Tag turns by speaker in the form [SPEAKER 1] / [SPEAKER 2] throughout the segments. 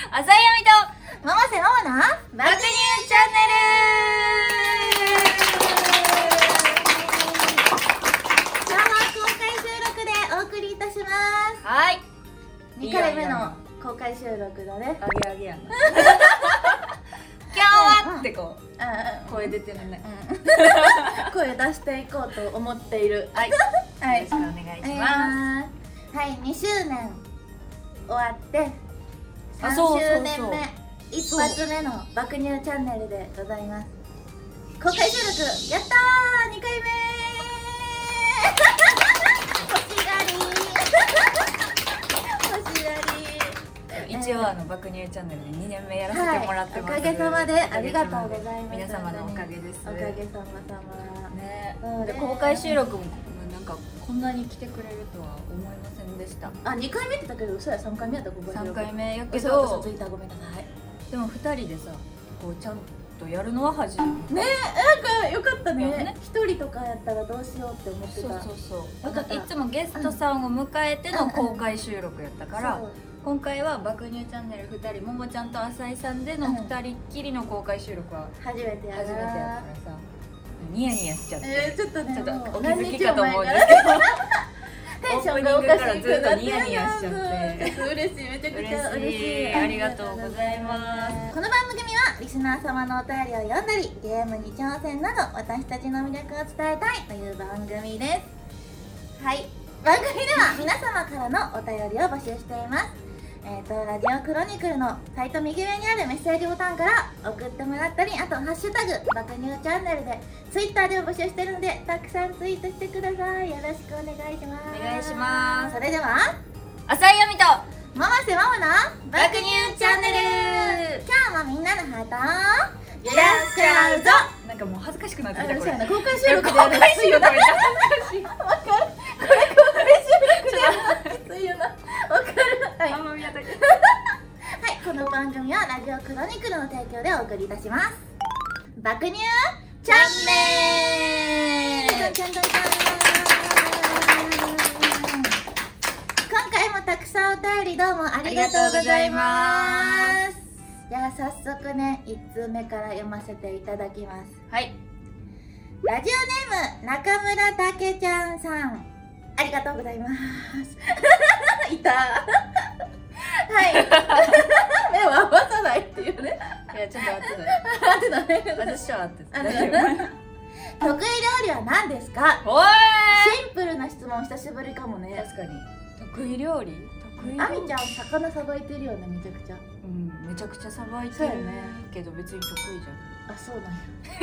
[SPEAKER 1] 浅井亜美と
[SPEAKER 2] ママセママな
[SPEAKER 1] 爆乳チャンネル
[SPEAKER 2] 今日は公開収録でお送りいたします
[SPEAKER 1] はい
[SPEAKER 2] 2回目
[SPEAKER 1] いいよいいよ
[SPEAKER 2] の公開収録だね
[SPEAKER 1] あげあげやな 今日はってこう
[SPEAKER 2] う
[SPEAKER 1] 声出てるね
[SPEAKER 2] ん 声出していこうと思っている
[SPEAKER 1] はい
[SPEAKER 2] はい
[SPEAKER 1] よろしくお願いします
[SPEAKER 2] はい2周年終わって
[SPEAKER 1] あ
[SPEAKER 2] 3
[SPEAKER 1] そうそうそう
[SPEAKER 2] 周年目一発目の爆乳チャンネルでございます公開収録やったー2回目欲しがり欲しがり
[SPEAKER 1] す一応あの爆乳チャンネルで2年目やらせてもらってます、
[SPEAKER 2] はい、おかげさまでありがとうございます
[SPEAKER 1] 皆様のおかげです
[SPEAKER 2] おかげさまさま
[SPEAKER 1] ね
[SPEAKER 2] うん
[SPEAKER 1] で公開収録もなんかこんなに来てくれるとは思いませんでした
[SPEAKER 2] あ二回目ってだけど嘘や三回目やったここ
[SPEAKER 1] 3回目やけ
[SPEAKER 2] 嘘嘘
[SPEAKER 1] ど
[SPEAKER 2] ついたごめんなさい
[SPEAKER 1] でも2人でさこうちゃんとやるのは初めて
[SPEAKER 2] なんかよかった
[SPEAKER 1] よね
[SPEAKER 2] 一人とかやったらどうしようって思ってた
[SPEAKER 1] そうそうそう
[SPEAKER 2] わかった
[SPEAKER 1] いつもゲストさんを迎えての公開収録やったから
[SPEAKER 2] そう
[SPEAKER 1] 今回は「爆乳チャンネル」2人ももちゃんと浅井さんでの
[SPEAKER 2] うん
[SPEAKER 1] 2人っきりの公開収録は
[SPEAKER 2] 初めてや
[SPEAKER 1] 初めてやからさニヤニヤしちゃって、
[SPEAKER 2] えー、ちょっとね
[SPEAKER 1] ちょっ
[SPEAKER 2] も
[SPEAKER 1] とお
[SPEAKER 2] う
[SPEAKER 1] 気づきかと思うん
[SPEAKER 2] 何日も前
[SPEAKER 1] で
[SPEAKER 2] ら
[SPEAKER 1] すけど
[SPEAKER 2] テンションがおかしくなって
[SPEAKER 1] オープニングからずっとニヤニヤしちゃって
[SPEAKER 2] そう嬉しいめちゃくちゃ嬉しい
[SPEAKER 1] 嬉しいありがとうございます
[SPEAKER 2] この番組はリスナー様のお便りを読んだりゲームに挑戦など私たちの魅力を伝えたいという番組ですはい番組では皆様からのお便りを募集していますえっ、とラジオクロニクルのサイト右上にあるメッセージボタンから送ってもらったりあと「ハッシュタグ爆乳チャンネル」でツイッターでも募集してるんでたくさんツイートしてくださいよろしくお願いします
[SPEAKER 1] お願いします
[SPEAKER 2] それでは
[SPEAKER 1] 浅井亜美と
[SPEAKER 2] ママセママの
[SPEAKER 1] 爆乳チャンネル
[SPEAKER 2] 今日もみんなのハートを
[SPEAKER 1] い
[SPEAKER 2] いらっしゃいぞ
[SPEAKER 1] なんかもう恥ずかしくなってきたこれ
[SPEAKER 2] 公開
[SPEAKER 1] 収録でやるのきつ いよこれ
[SPEAKER 2] きついよ なわかるはい、は
[SPEAKER 1] あんま見当たり
[SPEAKER 2] い、この番組はラジオクロニクルの提供でお送りいたします爆乳チャンネルチャンネル今回もたくさんお便りどうもありがとうございますじゃあ早速ね1通目から読ませていただきます
[SPEAKER 1] はい
[SPEAKER 2] ラジオネーム中村たけちゃんさんありがとうございます いたはい 目を合わさないっていうね
[SPEAKER 1] いやちょっと待って
[SPEAKER 2] あってだね
[SPEAKER 1] た私はって
[SPEAKER 2] あってだね得意料理は何ですか
[SPEAKER 1] おい
[SPEAKER 2] シンプルな質問久しぶりかもね
[SPEAKER 1] 確かに得意料理得意料
[SPEAKER 2] あ
[SPEAKER 1] 理
[SPEAKER 2] みちゃん魚さばいてるよねめちゃくちゃ
[SPEAKER 1] うんめちゃくちゃさばいて
[SPEAKER 2] そうや
[SPEAKER 1] る
[SPEAKER 2] ね
[SPEAKER 1] けど別に得意じ
[SPEAKER 2] あそう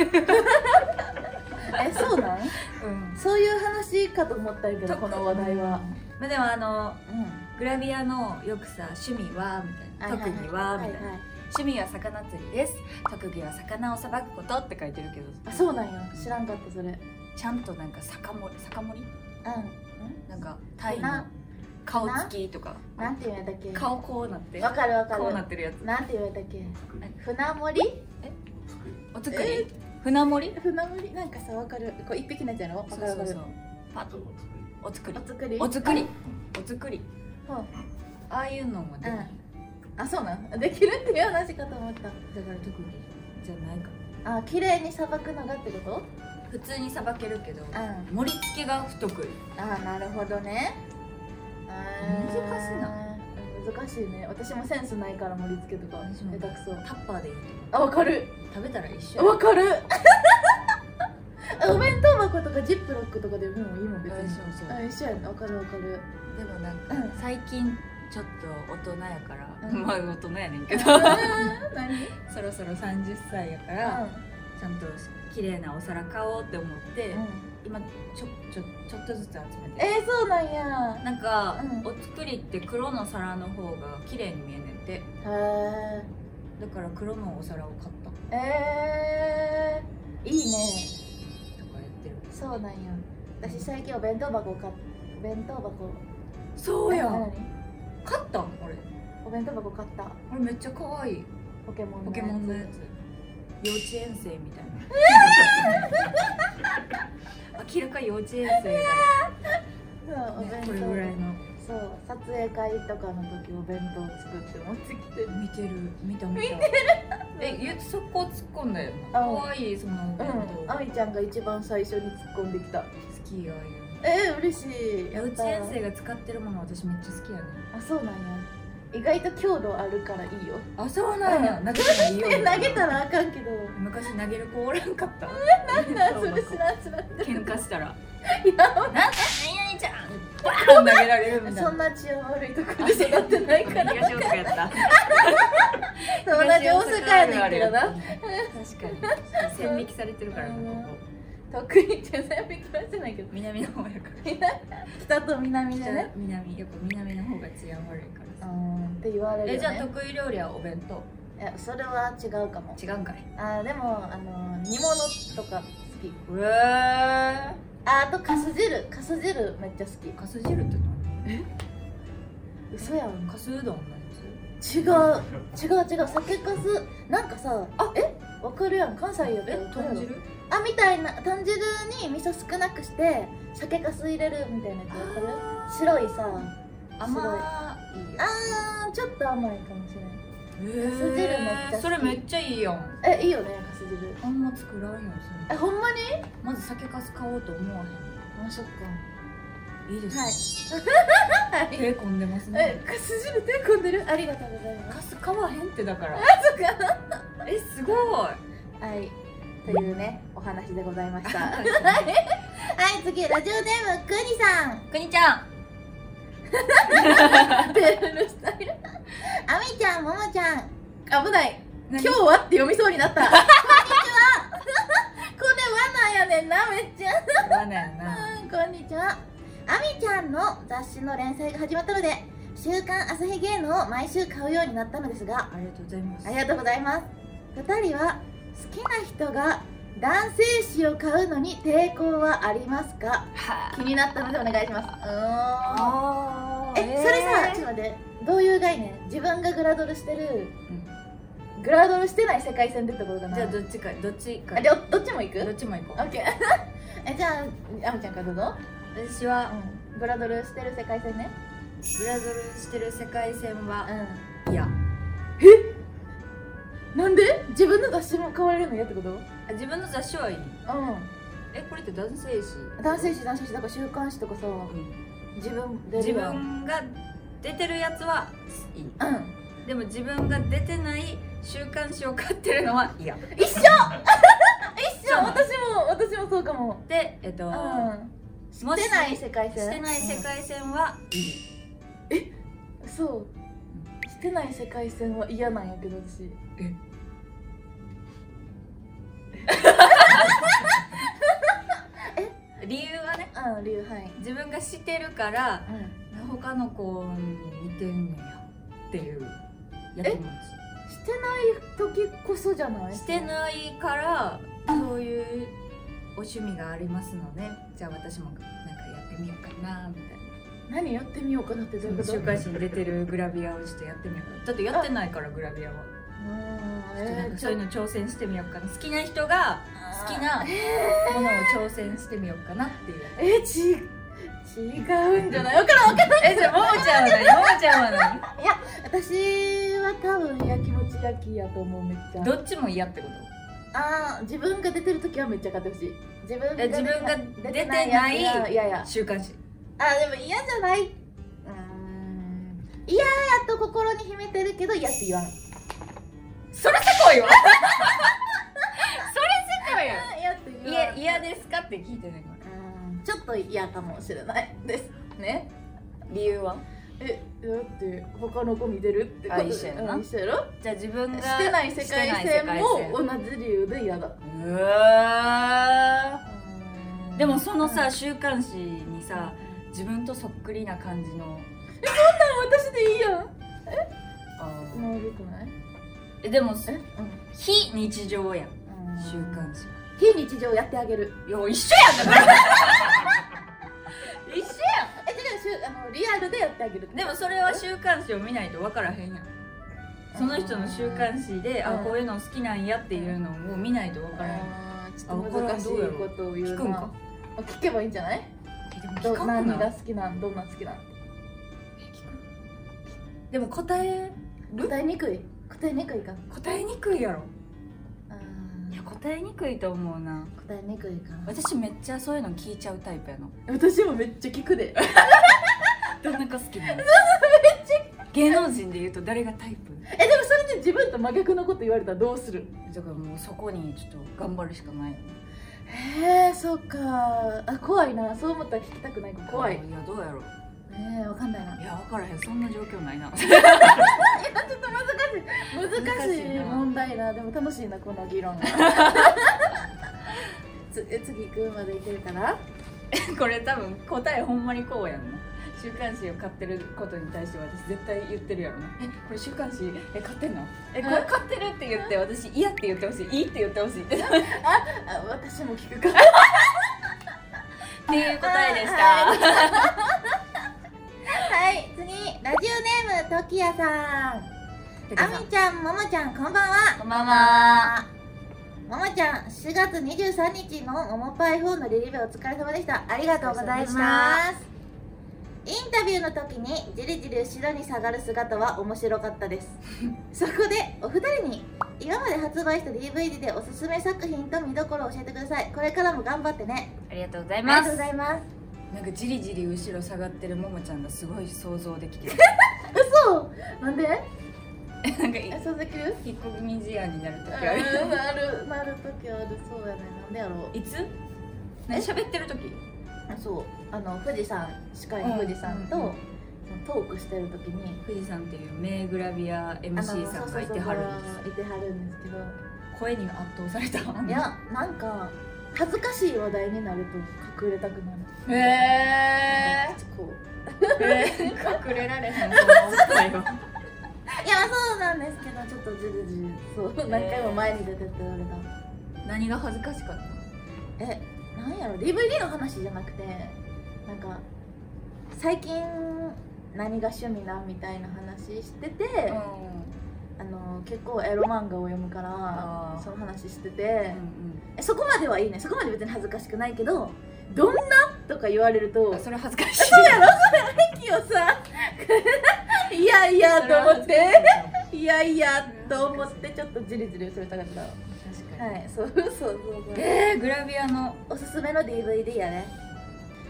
[SPEAKER 2] なん やえそうなん
[SPEAKER 1] ゃんうん
[SPEAKER 2] そういう話かと思ったんやけどこの話題は
[SPEAKER 1] まあでもあの
[SPEAKER 2] うん
[SPEAKER 1] グラビアのよくさ趣味はみたいな特技はみたいな趣味は魚釣りです特技は魚をさばくことって書いてるけど
[SPEAKER 2] あそうなんや知らんかったそれ
[SPEAKER 1] ちゃんとなんか酒盛り酒盛り
[SPEAKER 2] う
[SPEAKER 1] なんかタイの
[SPEAKER 2] な
[SPEAKER 1] 顔つきとか
[SPEAKER 2] ん。なんて言うんだっけ。
[SPEAKER 1] 顔こうなって
[SPEAKER 2] わかるわかる。
[SPEAKER 1] こうなってるやつ
[SPEAKER 2] なんて言うんだっけ。船盛り。
[SPEAKER 1] お作
[SPEAKER 2] え
[SPEAKER 1] り船盛り
[SPEAKER 2] 船盛り、なんかさ、わかる。こう一匹のやつやろ。わか
[SPEAKER 1] そう
[SPEAKER 2] るわ
[SPEAKER 1] そ
[SPEAKER 2] か
[SPEAKER 1] う
[SPEAKER 2] る
[SPEAKER 1] そう。パッとお作り
[SPEAKER 2] お作り。
[SPEAKER 1] お作りお作り
[SPEAKER 2] うん。
[SPEAKER 1] ああいうのもできる
[SPEAKER 2] うんあ、そうなん。できるっていう話かと思った。
[SPEAKER 1] だから特技じゃないか
[SPEAKER 2] あ、綺麗にさばくのがってこと。
[SPEAKER 1] 普通にさばけるけど
[SPEAKER 2] ん。
[SPEAKER 1] 盛り付けが不得意
[SPEAKER 2] あ、なるほどね。あー
[SPEAKER 1] 難しいな。
[SPEAKER 2] 難しいね。私もセンスないから盛り付けとか。
[SPEAKER 1] 私
[SPEAKER 2] 下
[SPEAKER 1] も
[SPEAKER 2] 手くそ。
[SPEAKER 1] タッパーでいいと
[SPEAKER 2] あ、わかる。
[SPEAKER 1] 思う食べたら一緒
[SPEAKER 2] わかるお弁当箱とかジップロックとかでもういいもん別
[SPEAKER 1] そう
[SPEAKER 2] に
[SPEAKER 1] そう
[SPEAKER 2] あ一緒やねわかるわかる
[SPEAKER 1] でもなんか
[SPEAKER 2] うん
[SPEAKER 1] 最近ちょっと大人やから、
[SPEAKER 2] うん
[SPEAKER 1] まあ大人やねんけど
[SPEAKER 2] 何
[SPEAKER 1] そろそろ30歳やから、ちゃんと綺麗なお皿買おうって思って、今ちょちょちょっとずつ集めて
[SPEAKER 2] えー、そうなんや
[SPEAKER 1] なんか、
[SPEAKER 2] うん
[SPEAKER 1] お作りって黒の皿の方が綺麗に見えねんて
[SPEAKER 2] へ
[SPEAKER 1] だから黒のお皿を買った
[SPEAKER 2] ええー、いいね
[SPEAKER 1] とかやってる
[SPEAKER 2] そうなんや私最近お弁当箱買っ弁当箱
[SPEAKER 1] そうや
[SPEAKER 2] 何
[SPEAKER 1] 買ったん俺
[SPEAKER 2] お弁当箱買った
[SPEAKER 1] 俺めっちゃ可愛い
[SPEAKER 2] ポケモンの
[SPEAKER 1] ポケモンのやつ幼稚園生みたい な明らか幼稚園生だ
[SPEAKER 2] そうお弁
[SPEAKER 1] こ
[SPEAKER 2] 当
[SPEAKER 1] れぐらいの
[SPEAKER 2] そう撮影会とかの時お弁当作って持ってきてる
[SPEAKER 1] 見てる見た見たえゆそこ突っ込んだよな
[SPEAKER 2] うん
[SPEAKER 1] 可愛いそのお
[SPEAKER 2] う
[SPEAKER 1] 弁
[SPEAKER 2] ん
[SPEAKER 1] 当好
[SPEAKER 2] あみちゃんが一番最初に突っ込んできた
[SPEAKER 1] きやよ
[SPEAKER 2] えー、嬉しい
[SPEAKER 1] いや
[SPEAKER 2] っ
[SPEAKER 1] 幼
[SPEAKER 2] た
[SPEAKER 1] 稚園生が使ってるもの私めっちゃ好きやね
[SPEAKER 2] あそうなんや意外と強度あるからいいよ
[SPEAKER 1] あそうなんや投げたらいいよ
[SPEAKER 2] え投げたらあかんけど
[SPEAKER 1] 昔投げる子おらんかった
[SPEAKER 2] な それ知らん知らん
[SPEAKER 1] 喧嘩したら
[SPEAKER 2] いや
[SPEAKER 1] 「なんだ 何々ちゃん!」バーン投げられるみたい
[SPEAKER 2] そん
[SPEAKER 1] な
[SPEAKER 2] な治安悪いところで育ってない から
[SPEAKER 1] 東大阪やった
[SPEAKER 2] 同じ大阪やねんけどな
[SPEAKER 1] 確かに線引きされてるからなここ
[SPEAKER 2] 得意じゃ全部行きませないけど
[SPEAKER 1] 南の方やから
[SPEAKER 2] 北と南でね
[SPEAKER 1] 南やっぱ南の方が治安悪いからさ
[SPEAKER 2] うんって言われるよ、ね、
[SPEAKER 1] えじゃあ得意料理はお弁当
[SPEAKER 2] いやそれは違うかも
[SPEAKER 1] 違うんかい
[SPEAKER 2] あーでもあの煮物とか好き
[SPEAKER 1] うわ
[SPEAKER 2] ああとかす汁かす汁めっちゃ好き
[SPEAKER 1] かす汁って
[SPEAKER 2] 嘘や
[SPEAKER 1] 何
[SPEAKER 2] ん
[SPEAKER 1] かすうどんのや
[SPEAKER 2] 違う違う違う酒かすなんかさあえわかるやん関西やっ
[SPEAKER 1] つ
[SPEAKER 2] たら
[SPEAKER 1] え
[SPEAKER 2] わかるや
[SPEAKER 1] 豚
[SPEAKER 2] ろ
[SPEAKER 1] 汁
[SPEAKER 2] あみたいな豚汁に味噌少なくして酒かす入れるみたいなやつわかる白いさ
[SPEAKER 1] 甘いや
[SPEAKER 2] あーちょっと甘いかもしれな
[SPEAKER 1] え
[SPEAKER 2] かす汁めっちゃ好き
[SPEAKER 1] それめっちゃいいやん
[SPEAKER 2] いえいいよねかす汁
[SPEAKER 1] あんま作らんよそん
[SPEAKER 2] え
[SPEAKER 1] な
[SPEAKER 2] ほんまに
[SPEAKER 1] まず酒かす買おうと思わへ
[SPEAKER 2] あそっか
[SPEAKER 1] んいいです
[SPEAKER 2] はい
[SPEAKER 1] ね
[SPEAKER 2] はい
[SPEAKER 1] 手込んでます
[SPEAKER 2] え
[SPEAKER 1] ね
[SPEAKER 2] かす汁手込んでるありがとうございます
[SPEAKER 1] かす買わへんってだからえすごい
[SPEAKER 2] はいというねお話でございました はい次ラジオネームくにさん
[SPEAKER 1] くにちゃん
[SPEAKER 2] ペールのスタイルあみちゃんももちゃん危ない
[SPEAKER 1] 今
[SPEAKER 2] 今日はって読みそう になったこんにちはこれ罠やねんなめっちゃ
[SPEAKER 1] わなやな
[SPEAKER 2] うんこんにちはあみちゃんの雑誌の連載が始まったので「週刊朝日芸能」を毎週買うようになったのですが
[SPEAKER 1] ありがとうございます
[SPEAKER 2] ありがとうございます2人は好きな人が男性誌を買うのに抵抗はありますか
[SPEAKER 1] は
[SPEAKER 2] 気になったのでお願いしますうーん
[SPEAKER 1] あ
[SPEAKER 2] え、それさちょっと待ってどういう概念自分がグラドルしてる、グラドルしてない世界線でってことかな
[SPEAKER 1] じゃあどっちかどっちか
[SPEAKER 2] ありょどっちも行く
[SPEAKER 1] どっちも行こ
[SPEAKER 2] オッケー えじゃああみちゃんからどうぞ、
[SPEAKER 1] う私は
[SPEAKER 2] うん、グラドルしてる世界線ね
[SPEAKER 1] ブラドルしてる世界線は
[SPEAKER 2] う
[SPEAKER 1] いや
[SPEAKER 2] んなんで自分の雑誌も買われるの嫌ってことう
[SPEAKER 1] あ自分の雑誌はいい
[SPEAKER 2] ん
[SPEAKER 1] えこれって男性誌
[SPEAKER 2] 男性誌男性誌とか週刊誌とかさ
[SPEAKER 1] うん
[SPEAKER 2] 自分で
[SPEAKER 1] 自分が出てるやつはいい
[SPEAKER 2] うん
[SPEAKER 1] でも自分が出てない週刊誌を買ってるのは嫌
[SPEAKER 2] 一緒一緒
[SPEAKER 1] そう
[SPEAKER 2] 私も私もそうかも
[SPEAKER 1] でえっと、
[SPEAKER 2] うんし
[SPEAKER 1] もして
[SPEAKER 2] ない世界
[SPEAKER 1] し
[SPEAKER 2] 線
[SPEAKER 1] てない世界線はいい
[SPEAKER 2] そうしてない世界線は嫌なんやけど私
[SPEAKER 1] え理由はね
[SPEAKER 2] うん理由はい、
[SPEAKER 1] 自分がしてるから
[SPEAKER 2] うん、
[SPEAKER 1] 他の子に似てんねやっていうやきも
[SPEAKER 2] してない時こそじゃない
[SPEAKER 1] ちしてないからそういうお趣味がありますのでじゃあ私もなんかやってみようかなみたいな
[SPEAKER 2] 何やってみようかなってどういうこと
[SPEAKER 1] 週刊誌に出てるグラビアをしてやってみようかなだってやってないからグラビアは、
[SPEAKER 2] うーん
[SPEAKER 1] なん
[SPEAKER 2] え
[SPEAKER 1] か
[SPEAKER 2] ー、
[SPEAKER 1] そういうの挑戦してみようかな好きな人が好きなものを挑戦してみようかなっていう
[SPEAKER 2] えー、ち違うんじゃない分からん分からん
[SPEAKER 1] えじゃあももちゃんは何ももちゃんは何
[SPEAKER 2] 私は多分やきもち焼きやと思うめっちゃ
[SPEAKER 1] どっちも嫌ってこと
[SPEAKER 2] あー自分が出てる時はめっちゃ買ってほしい自分が
[SPEAKER 1] え自分が出てない
[SPEAKER 2] やつはいやいや
[SPEAKER 1] 週刊誌
[SPEAKER 2] あでも嫌じゃないうーん嫌やと心に秘めてるけど嫌って言わん
[SPEAKER 1] それせこ いわそれせ
[SPEAKER 2] 嫌って
[SPEAKER 1] こいやいや嫌ですかって聞いてないから
[SPEAKER 2] うんちょっと嫌かもしれないですね
[SPEAKER 1] 理由は
[SPEAKER 2] えだって他の子見てるってこと
[SPEAKER 1] あ一緒やな
[SPEAKER 2] うん一緒やろ
[SPEAKER 1] じゃあ自分が
[SPEAKER 2] してない世界
[SPEAKER 1] して
[SPEAKER 2] 線
[SPEAKER 1] ない世界線
[SPEAKER 2] も同じ理由で嫌だ
[SPEAKER 1] うわーでもその
[SPEAKER 2] う
[SPEAKER 1] さ
[SPEAKER 2] ん
[SPEAKER 1] 週刊誌にさ自分とそっくりな感じの
[SPEAKER 2] 私でいいやん
[SPEAKER 1] あー
[SPEAKER 2] もうよくない
[SPEAKER 1] えでも
[SPEAKER 2] えうん
[SPEAKER 1] 非日常やん週刊誌
[SPEAKER 2] 非日常やってあげる
[SPEAKER 1] いや一緒やんだ から一緒や
[SPEAKER 2] え違う週あのリアルでやってあげる
[SPEAKER 1] んでもそれは週刊誌を見ないと分からへんやんその人の週刊誌で、あ
[SPEAKER 2] うん
[SPEAKER 1] こういうの好きなんやっていうのを見ないと分からへん、
[SPEAKER 2] あーちょっと難しいことを言うな
[SPEAKER 1] 聞くんか
[SPEAKER 2] 聞けばいいんじゃない
[SPEAKER 1] えでも
[SPEAKER 2] ど
[SPEAKER 1] 聞かんく
[SPEAKER 2] 何
[SPEAKER 1] な
[SPEAKER 2] が
[SPEAKER 1] い
[SPEAKER 2] 好きなんどんなん好きなん
[SPEAKER 1] でも答える
[SPEAKER 2] 答えにくい答えにくいか
[SPEAKER 1] 答えにくいやろ
[SPEAKER 2] あ
[SPEAKER 1] い
[SPEAKER 2] ー
[SPEAKER 1] や答えにくいと思うな
[SPEAKER 2] 答えにくいかな
[SPEAKER 1] 私めっちゃそういうの聞いちゃうタイプやの
[SPEAKER 2] 私もめっちゃ聞くで
[SPEAKER 1] どんな子好きな の芸能人で言うと誰がタイプ
[SPEAKER 2] えでもそれで自分と真逆のこと言われたらどうする
[SPEAKER 1] だからもうそこにちょっと頑張るしかない
[SPEAKER 2] へえそっかあ怖いなそう思ったら聞きたくないか怖い
[SPEAKER 1] いやどうやろう
[SPEAKER 2] ねえわかんないない
[SPEAKER 1] や分からへんそんな状況ないな
[SPEAKER 2] ちょっと難しい難しい
[SPEAKER 1] 難しいな
[SPEAKER 2] 問題なでも楽しいなこの議論 つえ次行くまでいけるかな
[SPEAKER 1] これ多分答えほんまにこうやんな週刊誌を買ってることに対して私絶対言ってるやろなえこれ週刊誌え買ってんのえこれ買ってるって言って私嫌って言ってほしいいいって言 ってほしいっていう
[SPEAKER 2] あ私も聞くか
[SPEAKER 1] 答えでした、
[SPEAKER 2] はいはい次ラジオネームときやさん
[SPEAKER 1] てか
[SPEAKER 2] あ
[SPEAKER 1] さ
[SPEAKER 2] みちゃんももちゃんこんばんは
[SPEAKER 1] こんばんは
[SPEAKER 2] ももちゃん4月23日のももパイフォーのリリベお疲れ様でしたありがとうございます
[SPEAKER 1] お疲
[SPEAKER 2] インタビューの時にじりじり後ろに下がる姿は面白かったですそこでお二人に今まで発売した DVD でおすすめ作品と見どころを教えてくださいこれからも頑張ってね
[SPEAKER 1] ありがとうござい
[SPEAKER 2] ありが
[SPEAKER 1] ま
[SPEAKER 2] とう
[SPEAKER 1] す
[SPEAKER 2] ございます
[SPEAKER 1] なんかじりじり後ろ下がってるももちゃんがすごい想像でき てる
[SPEAKER 2] そうなんで
[SPEAKER 1] なんかい
[SPEAKER 2] えそうできる
[SPEAKER 1] 引っ込み思案になる時ある
[SPEAKER 2] うんなるなる時あるそうやねなんでやろ う
[SPEAKER 1] いつ何喋ってる時
[SPEAKER 2] そうあの富士山司会の富士山と、
[SPEAKER 1] うんうんうん
[SPEAKER 2] そのトークしてる時に
[SPEAKER 1] 富士山っていう名グラビア MC さんがいてはるんです
[SPEAKER 2] いてはるんですけど
[SPEAKER 1] 声に圧倒された
[SPEAKER 2] いやなんか恥ずかしい話題になると隠れたくなる
[SPEAKER 1] へ
[SPEAKER 2] なんかこう
[SPEAKER 1] え隠れられへんその
[SPEAKER 2] いやそうなんですけどちょっとじるじるそう何回も前に出てって言われた
[SPEAKER 1] 何が恥ずかしかっ
[SPEAKER 2] えなんやろ DVD の話じゃなくてなんか最近何が趣味なんみたいな話してて、
[SPEAKER 1] たうん
[SPEAKER 2] あの結構エロ漫画を読むか
[SPEAKER 1] あ
[SPEAKER 2] ら
[SPEAKER 1] ー
[SPEAKER 2] その話して
[SPEAKER 1] う
[SPEAKER 2] て、
[SPEAKER 1] ん
[SPEAKER 2] えそこまではいいねそこまで別に恥ずかしくないけどどんなとか言われると
[SPEAKER 1] うんあそれ恥ずかしい
[SPEAKER 2] 駅をさいやいやと思っていやいやと思ってちょっとじりじりするたかったは
[SPEAKER 1] 確かに
[SPEAKER 2] いそうそうそうそう
[SPEAKER 1] えーグラビアの
[SPEAKER 2] おすすめの DVD やね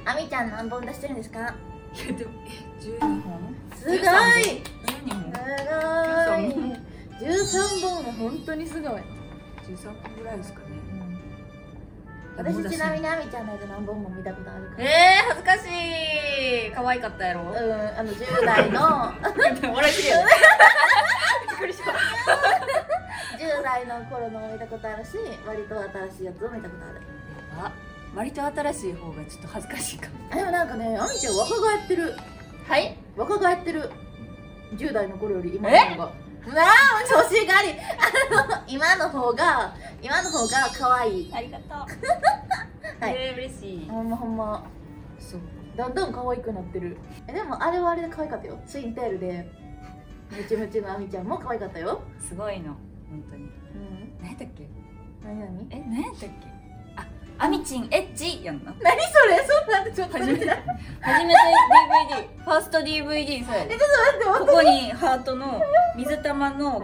[SPEAKER 2] あみちゃん何本出してるんですか
[SPEAKER 1] いやでもえ12本
[SPEAKER 2] すごいすごい
[SPEAKER 1] 12本
[SPEAKER 2] 13本が本当にすご
[SPEAKER 1] 13
[SPEAKER 2] い、
[SPEAKER 1] 本ぐらいですかね
[SPEAKER 2] 私ちなみにあみちゃんのやつ何本も見たことあるから
[SPEAKER 1] えー、恥ずかしい可愛かったやろ
[SPEAKER 2] うん、あの10代 の
[SPEAKER 1] 笑いすぎやろびっくりした
[SPEAKER 2] 10代の頃のを見たことあるし割と新しいやつを見たことある
[SPEAKER 1] あ割と新しい方がちょっと恥ずかしいかも
[SPEAKER 2] でもなんかねあみちゃん若返ってる
[SPEAKER 1] はい
[SPEAKER 2] 若返ってる10代の頃より今の
[SPEAKER 1] え
[SPEAKER 2] 方がなあ調子がありあの今の方が今の方が可愛い
[SPEAKER 1] ありがとう
[SPEAKER 2] はい
[SPEAKER 1] えー、嬉しい
[SPEAKER 2] ほんまほんま
[SPEAKER 1] そう
[SPEAKER 2] だんだん可愛くなってるえでもあれはあれで可愛かったよツインテールでムチムチのあみちゃんも可愛かったよ
[SPEAKER 1] すごいの本当に
[SPEAKER 2] うん
[SPEAKER 1] 何やったっけ
[SPEAKER 2] 何何
[SPEAKER 1] え何やったっけあアミチンエッチやんな
[SPEAKER 2] 何それそうなんてちょっと
[SPEAKER 1] 初め
[SPEAKER 2] 待ってて
[SPEAKER 1] 初
[SPEAKER 2] 待
[SPEAKER 1] めて DVD ファースト DVD そうやで
[SPEAKER 2] って
[SPEAKER 1] ここにハートの水玉の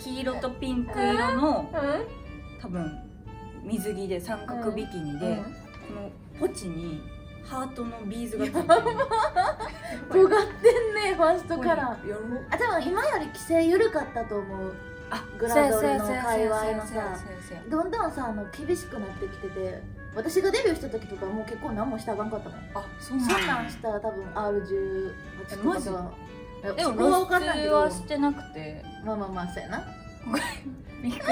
[SPEAKER 1] 黄色とピンク色の多分水着で三角ビキニで、
[SPEAKER 2] う
[SPEAKER 1] こ
[SPEAKER 2] ん
[SPEAKER 1] のポチにハートのビーズがついてるやばい
[SPEAKER 2] 尖ってんねファーストカラー
[SPEAKER 1] やろう
[SPEAKER 2] あ多分今より規制緩かったと思う
[SPEAKER 1] あ
[SPEAKER 2] グラドルの界隈のさ
[SPEAKER 1] そうやそうやそうやそうやそうや
[SPEAKER 2] どんどんさあの厳しくなってきてて私がデビューした時とかもう結構何もしたがんかったもん、
[SPEAKER 1] あそうなん
[SPEAKER 2] そん
[SPEAKER 1] や
[SPEAKER 2] なんしたら多分 R18
[SPEAKER 1] え
[SPEAKER 2] とか
[SPEAKER 1] マジ
[SPEAKER 2] とかえ
[SPEAKER 1] でも
[SPEAKER 2] そこは分かんないけ
[SPEAKER 1] 露出
[SPEAKER 2] ど
[SPEAKER 1] はしてなくて
[SPEAKER 2] まあまあまあそうやな
[SPEAKER 1] びっ くり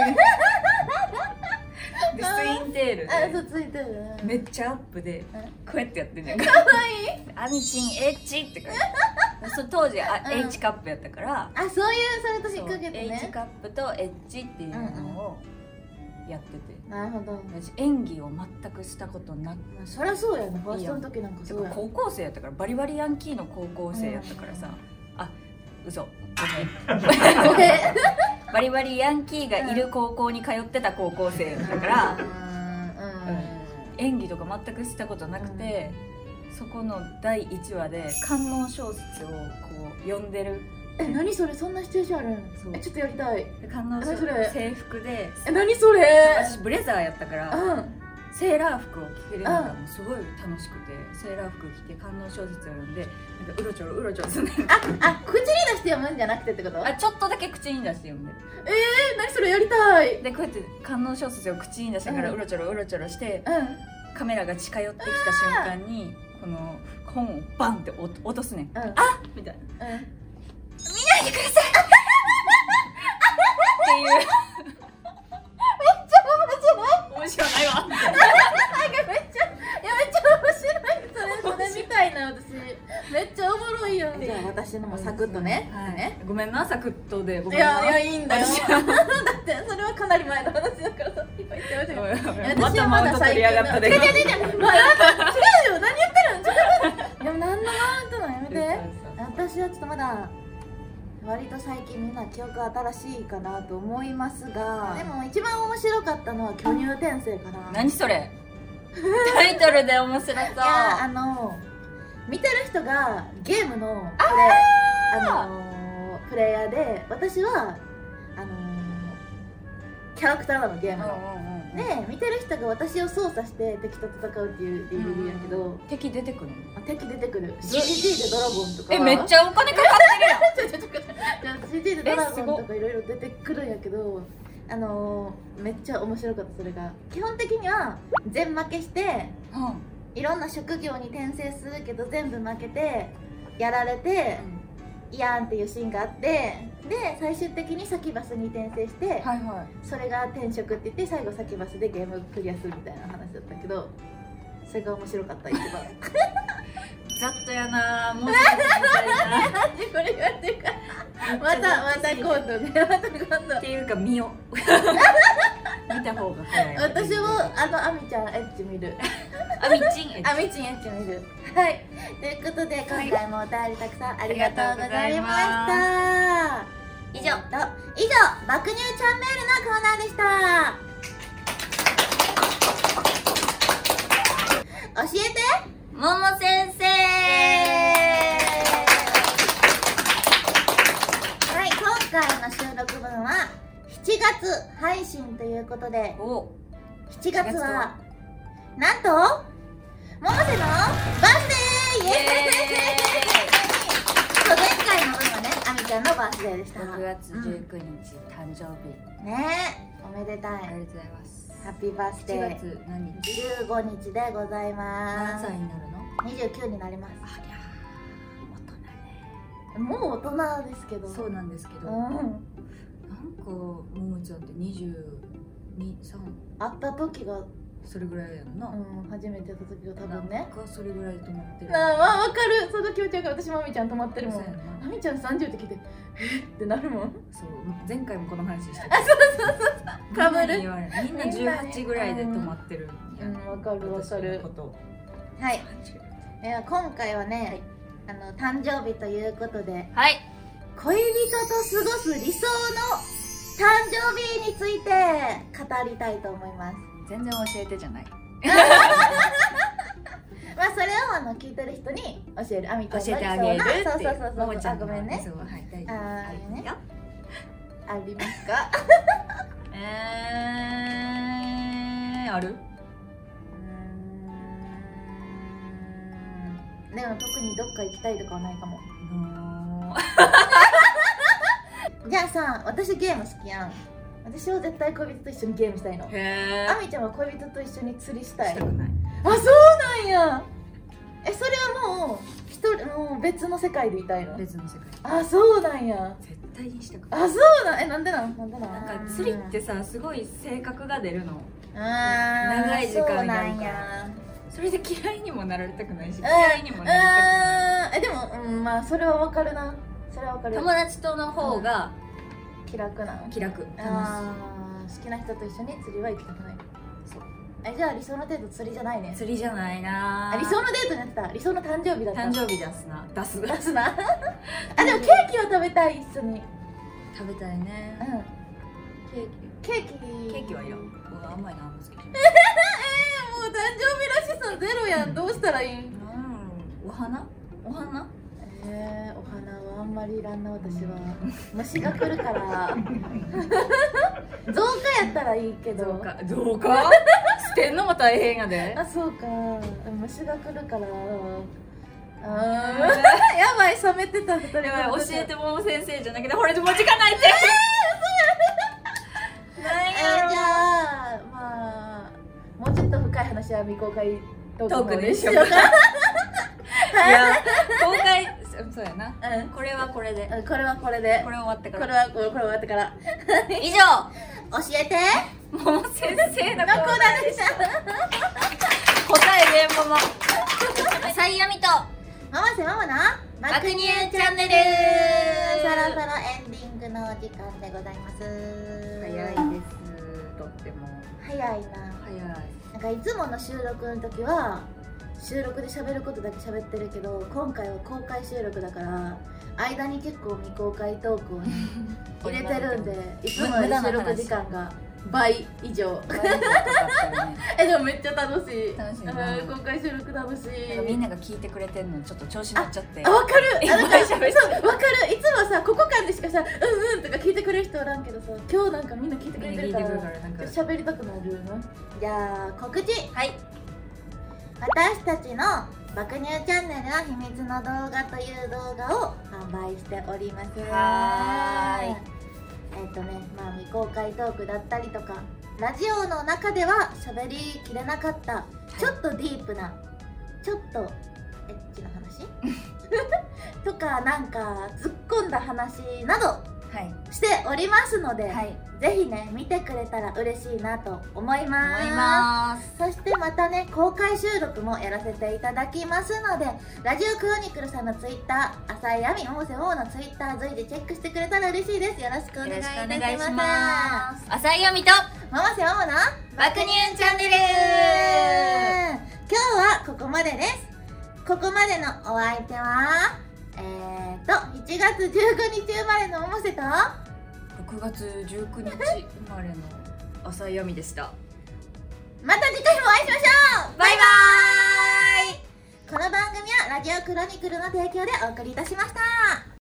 [SPEAKER 1] でツインテール
[SPEAKER 2] あそ
[SPEAKER 1] で
[SPEAKER 2] うついてるね
[SPEAKER 1] めっちゃアップで
[SPEAKER 2] うん
[SPEAKER 1] こうやってやってんねんかアミチンエッチって書いてあるそう当時あ、
[SPEAKER 2] うん
[SPEAKER 1] H カップやったから
[SPEAKER 2] あそういうそれと引
[SPEAKER 1] そ
[SPEAKER 2] っ
[SPEAKER 1] う
[SPEAKER 2] 掛けて
[SPEAKER 1] H
[SPEAKER 2] ね
[SPEAKER 1] カップとエッチっていうのをやってて、
[SPEAKER 2] なるほど
[SPEAKER 1] 私演技を全くしたことなく
[SPEAKER 2] まあそりゃそうやなファーストの時なんか
[SPEAKER 1] て
[SPEAKER 2] そう
[SPEAKER 1] か
[SPEAKER 2] や
[SPEAKER 1] 高校生やったからバリバリヤンキーの高校生やったからさ、あ嘘ごめん
[SPEAKER 2] ごめん
[SPEAKER 1] バリバリヤンキーがいる高校に通ってた高校生だから、
[SPEAKER 2] うんうん
[SPEAKER 1] 演技とか全くしたことなくて、そこの第1話で観音小説をこう読んでる
[SPEAKER 2] え何それそんなシチュエーションある
[SPEAKER 1] そう
[SPEAKER 2] えちょっとやりたい
[SPEAKER 1] で観音
[SPEAKER 2] 何それ
[SPEAKER 1] 小制服で
[SPEAKER 2] え何それ
[SPEAKER 1] 私ブレザーやったか
[SPEAKER 2] う
[SPEAKER 1] ら
[SPEAKER 2] ん
[SPEAKER 1] セーラー服を着てるのがもうすごい楽しくてセーラー服着て観音小説を読んでなんかうろちょろうろちょろする
[SPEAKER 2] ああ口に出して読むんじゃなくてってこと
[SPEAKER 1] あちょっとだけ口に出して読んでる
[SPEAKER 2] え何それやりたい
[SPEAKER 1] でこうやって観音小説を口に出しながら
[SPEAKER 2] うん
[SPEAKER 1] うろちょろうろちょろして
[SPEAKER 2] うん
[SPEAKER 1] カメラが近寄ってきた瞬間にこの本をバンって落落とすねん
[SPEAKER 2] うん
[SPEAKER 1] みたいなっ
[SPEAKER 2] うん
[SPEAKER 1] ていう
[SPEAKER 2] じゃあ面白い
[SPEAKER 1] 面白ないわ
[SPEAKER 2] めっちゃいやめっちゃ面白いそれそれみたいな私めっちゃおもろいやんじゃあ私のもサクッとね,、
[SPEAKER 1] はい
[SPEAKER 2] ね
[SPEAKER 1] ごめんなサクッとでごめ
[SPEAKER 2] い
[SPEAKER 1] んな
[SPEAKER 2] やいやいいんだよ
[SPEAKER 1] 私
[SPEAKER 2] だってそれはかなり前の話だからさ今言ってましたけど
[SPEAKER 1] ま
[SPEAKER 2] 私
[SPEAKER 1] た
[SPEAKER 2] は
[SPEAKER 1] マ
[SPEAKER 2] ま
[SPEAKER 1] ウン
[SPEAKER 2] だ
[SPEAKER 1] ト取
[SPEAKER 2] 最
[SPEAKER 1] り
[SPEAKER 2] 近の
[SPEAKER 1] やがった
[SPEAKER 2] 違う
[SPEAKER 1] で
[SPEAKER 2] 違う違う、まあ、違うよ何言ってるの違うでも何のマウントなんやめて私はちょっとまだ割と最近みんな記憶新しいかなと思いますがでも一番面白かったのは巨乳転生かな
[SPEAKER 1] 何そ れタイトルで面白そう
[SPEAKER 2] いやあの見てる人がゲームのプレあのープレイヤーで私はあのーキャラクターなのゲームの、で見てる人が私を操作して敵と戦うっていう DVD やけど、
[SPEAKER 1] 敵出てくるの
[SPEAKER 2] あ敵出てくる CG でドラゴンとか
[SPEAKER 1] えめっちゃお金かかっ
[SPEAKER 2] ちょちょちょちょじゃあ CG でドラゴンとかいろいろ出てくるんやけどあのーめっちゃ面白かったそれが基本的には全負けして
[SPEAKER 1] てるやん
[SPEAKER 2] いろんな職業に転生するけど全部負けてやられていやんっていうシーンがあってで最終的にサキバスに転生して、
[SPEAKER 1] はいは
[SPEAKER 2] それが転職って言って最後サキバスでゲームクリアするみたいな話だったけどそれが面白かった一 番
[SPEAKER 1] いざっとやなもうちょっと見たいな
[SPEAKER 2] マジこれやってるから またまた今度ねまた今度
[SPEAKER 1] っていうか見よ う見た方が早い
[SPEAKER 2] 私もあのアミちゃんエッチ見る
[SPEAKER 1] あみちん
[SPEAKER 2] アミちんエッチ見るはいということで今回もお便りたくさんありがとうございました、以上と以上爆乳チャンネルのコーナーでした教えて
[SPEAKER 1] もも先生
[SPEAKER 2] はい今回の収録分は7月配信ということで
[SPEAKER 1] お
[SPEAKER 2] 7月はなんと百瀬のバースデーイエーイそう前回の分はねあみちゃんのバースデーでした
[SPEAKER 1] 6
[SPEAKER 2] ね
[SPEAKER 1] 月19日誕生日
[SPEAKER 2] おめでたい
[SPEAKER 1] ありがとうございます
[SPEAKER 2] ハッピーバースデ
[SPEAKER 1] 7
[SPEAKER 2] ー
[SPEAKER 1] 月何日
[SPEAKER 2] 15日でございま
[SPEAKER 1] 何
[SPEAKER 2] す
[SPEAKER 1] 歳になるの
[SPEAKER 2] 29になりま
[SPEAKER 1] ありゃー大人ね
[SPEAKER 2] すもう大人ですけど
[SPEAKER 1] そうなんですけど、
[SPEAKER 2] うん
[SPEAKER 1] なんかももちゃんって223
[SPEAKER 2] 会った時が、
[SPEAKER 1] それぐらいやんな、
[SPEAKER 2] うん、初めて会った時が多分
[SPEAKER 1] なん
[SPEAKER 2] ね
[SPEAKER 1] かそれぐらいと思ってる
[SPEAKER 2] ああわわかるその気持ちわかる私もあみちゃん止まってるも
[SPEAKER 1] そうんやん
[SPEAKER 2] あ
[SPEAKER 1] な
[SPEAKER 2] みちゃん30って聞いてえっってなるもん
[SPEAKER 1] そう前回もこの話してた
[SPEAKER 2] かぶる
[SPEAKER 1] みんなに言われみんな
[SPEAKER 2] みんなに
[SPEAKER 1] 18ぐらいで止まってるや
[SPEAKER 2] うんわかるわかる
[SPEAKER 1] 私のこと
[SPEAKER 2] はいいや今回はね、あの誕生日ということで
[SPEAKER 1] はい
[SPEAKER 2] 恋人と過ごす理想の誕生日について語りたいと思い ます
[SPEAKER 1] 全然教えてじゃない
[SPEAKER 2] まあそれをあの聞いてる人に教えるあみちゃんの
[SPEAKER 1] 教えてあげるっていう
[SPEAKER 2] そうそうそう
[SPEAKER 1] もも
[SPEAKER 2] そう
[SPEAKER 1] ちゃ
[SPEAKER 2] あ
[SPEAKER 1] んの
[SPEAKER 2] ごめんね
[SPEAKER 1] そうはい大丈夫
[SPEAKER 2] あーね
[SPEAKER 1] よ
[SPEAKER 2] ありますか
[SPEAKER 1] えー、ある
[SPEAKER 2] うーんでも特にどっか行きたいとかはないかもじゃあさ私ゲーム好きやん私は絶対恋人と一緒にゲームしたいの
[SPEAKER 1] へえ
[SPEAKER 2] あみちゃんは恋人と一緒に釣りしたい
[SPEAKER 1] したくない
[SPEAKER 2] あそうなんやえそれはもう一人もう別の世界でいたいの
[SPEAKER 1] 別の世界
[SPEAKER 2] あそうなんや
[SPEAKER 1] 絶対にしたくない
[SPEAKER 2] あそうなんえなんでなんなんでなん
[SPEAKER 1] なんか釣りってさすごい性格が出るの
[SPEAKER 2] 長
[SPEAKER 1] 長い時間
[SPEAKER 2] そうな
[SPEAKER 1] やる
[SPEAKER 2] ん
[SPEAKER 1] から
[SPEAKER 2] や
[SPEAKER 1] それで嫌いにもなられたくないし
[SPEAKER 2] ん
[SPEAKER 1] 嫌いにもなられ
[SPEAKER 2] うーんえでもうんまあそれはわかるなそれはわか
[SPEAKER 1] たく
[SPEAKER 2] る
[SPEAKER 1] ない友達との方が
[SPEAKER 2] 気楽なの
[SPEAKER 1] 気楽楽しい
[SPEAKER 2] あー好きな人と一緒に釣りは行きたくない
[SPEAKER 1] そう
[SPEAKER 2] えじゃあ理想のデート釣りじゃないね
[SPEAKER 1] 釣りじゃないな
[SPEAKER 2] あ理想のデートになってた理想の誕生日だった
[SPEAKER 1] 誕生日出すな出す
[SPEAKER 2] 出すなあでもケーキを食べたい一緒にうん
[SPEAKER 1] 食べたいねケー
[SPEAKER 2] ケーキ
[SPEAKER 1] キケーキはいらんうわ甘いなあんま好きじゃない
[SPEAKER 2] もう誕生日らしさゼロやんどうしたらいい
[SPEAKER 1] うん花お花
[SPEAKER 2] えー、お花はあんまりいらんな私 は虫が来るから増加やったらいいけど
[SPEAKER 1] どうかどう か捨てんのも大変やで
[SPEAKER 2] あそうか虫が来るからあー やばい冷めてた2人
[SPEAKER 1] では教えても先生じゃなくてこれでも時間ないって
[SPEAKER 2] えー、じゃあまあもうちょっと深い話は未公開ト
[SPEAKER 1] トークでし ょう
[SPEAKER 2] う
[SPEAKER 1] か
[SPEAKER 2] か
[SPEAKER 1] いや公開そそうやな
[SPEAKER 2] うん
[SPEAKER 1] これはこれで
[SPEAKER 2] うんこれはこれで
[SPEAKER 1] これ終わって
[SPEAKER 2] こ
[SPEAKER 1] か
[SPEAKER 2] れ
[SPEAKER 1] ら
[SPEAKER 2] はこれこれ終わってから
[SPEAKER 1] 以上
[SPEAKER 2] 教えて
[SPEAKER 1] 桃先生の
[SPEAKER 2] どこ
[SPEAKER 1] 答
[SPEAKER 2] だでしょ
[SPEAKER 1] えで桃
[SPEAKER 2] 浅井亜美とママセママの爆乳チャンネルそろそろエンディングのお時間でございます
[SPEAKER 1] 早いですとっても
[SPEAKER 2] 早いな
[SPEAKER 1] 早い
[SPEAKER 2] なんかいつもの収録の時は収録で喋ることだけ喋ってるけど今回は公開収録だから間に結構未公開トークをね入れてるんでいつもより収録時間が倍以上えでもめっちゃ楽しい
[SPEAKER 1] 楽しいな
[SPEAKER 2] うん公開収録楽しい
[SPEAKER 1] みんなが聞いてくれてんのにちょっと調子乗っちゃって
[SPEAKER 2] あわかる
[SPEAKER 1] いっ
[SPEAKER 2] あ
[SPEAKER 1] ぱ
[SPEAKER 2] ないんかそ
[SPEAKER 1] 喋
[SPEAKER 2] う
[SPEAKER 1] って
[SPEAKER 2] わかるいつもさここ間でしかさうんうんとか聞いてくれる人おらんけどさ今日なんかみんな聞いてく
[SPEAKER 1] み
[SPEAKER 2] れ
[SPEAKER 1] んな
[SPEAKER 2] て
[SPEAKER 1] 聞
[SPEAKER 2] る
[SPEAKER 1] いて
[SPEAKER 2] から
[SPEAKER 1] くるからなんか
[SPEAKER 2] 喋りたくなるよなじゃあ告知
[SPEAKER 1] はい
[SPEAKER 2] 私たちの爆乳チャンネルは秘密の動画という動画を販売しております
[SPEAKER 1] はーい
[SPEAKER 2] えっ、とねまあ未公開トークだったりとかラジオの中では喋りきれなかったちょっとディープなちょっとエッチな 話とかなんか突っ込んだ話など
[SPEAKER 1] はい
[SPEAKER 2] しておりますので、
[SPEAKER 1] はい
[SPEAKER 2] ぜひね見てくれたら嬉しいなと思います
[SPEAKER 1] 思います
[SPEAKER 2] そしてまたね公開収録もやらせていただきますのでラジオクロニクルさんのツイッター浅井亜美百瀬王のツイッター随時チェックしてくれたら嬉しいですよろしくお
[SPEAKER 1] よ
[SPEAKER 2] 願
[SPEAKER 1] ろ
[SPEAKER 2] いいた
[SPEAKER 1] し
[SPEAKER 2] し
[SPEAKER 1] くお願い
[SPEAKER 2] ます
[SPEAKER 1] します浅井亜美と
[SPEAKER 2] ママセママの
[SPEAKER 1] 爆乳チャンネル
[SPEAKER 2] 今日はここまでですここまでのお相手はえーと1月15日生まれの百瀬と
[SPEAKER 1] 6月19日生まれの浅井亜美でした
[SPEAKER 2] また次回もお会いしましょう
[SPEAKER 1] バイバ
[SPEAKER 2] この番組はラジオクロニクルの提供でお送りいたしました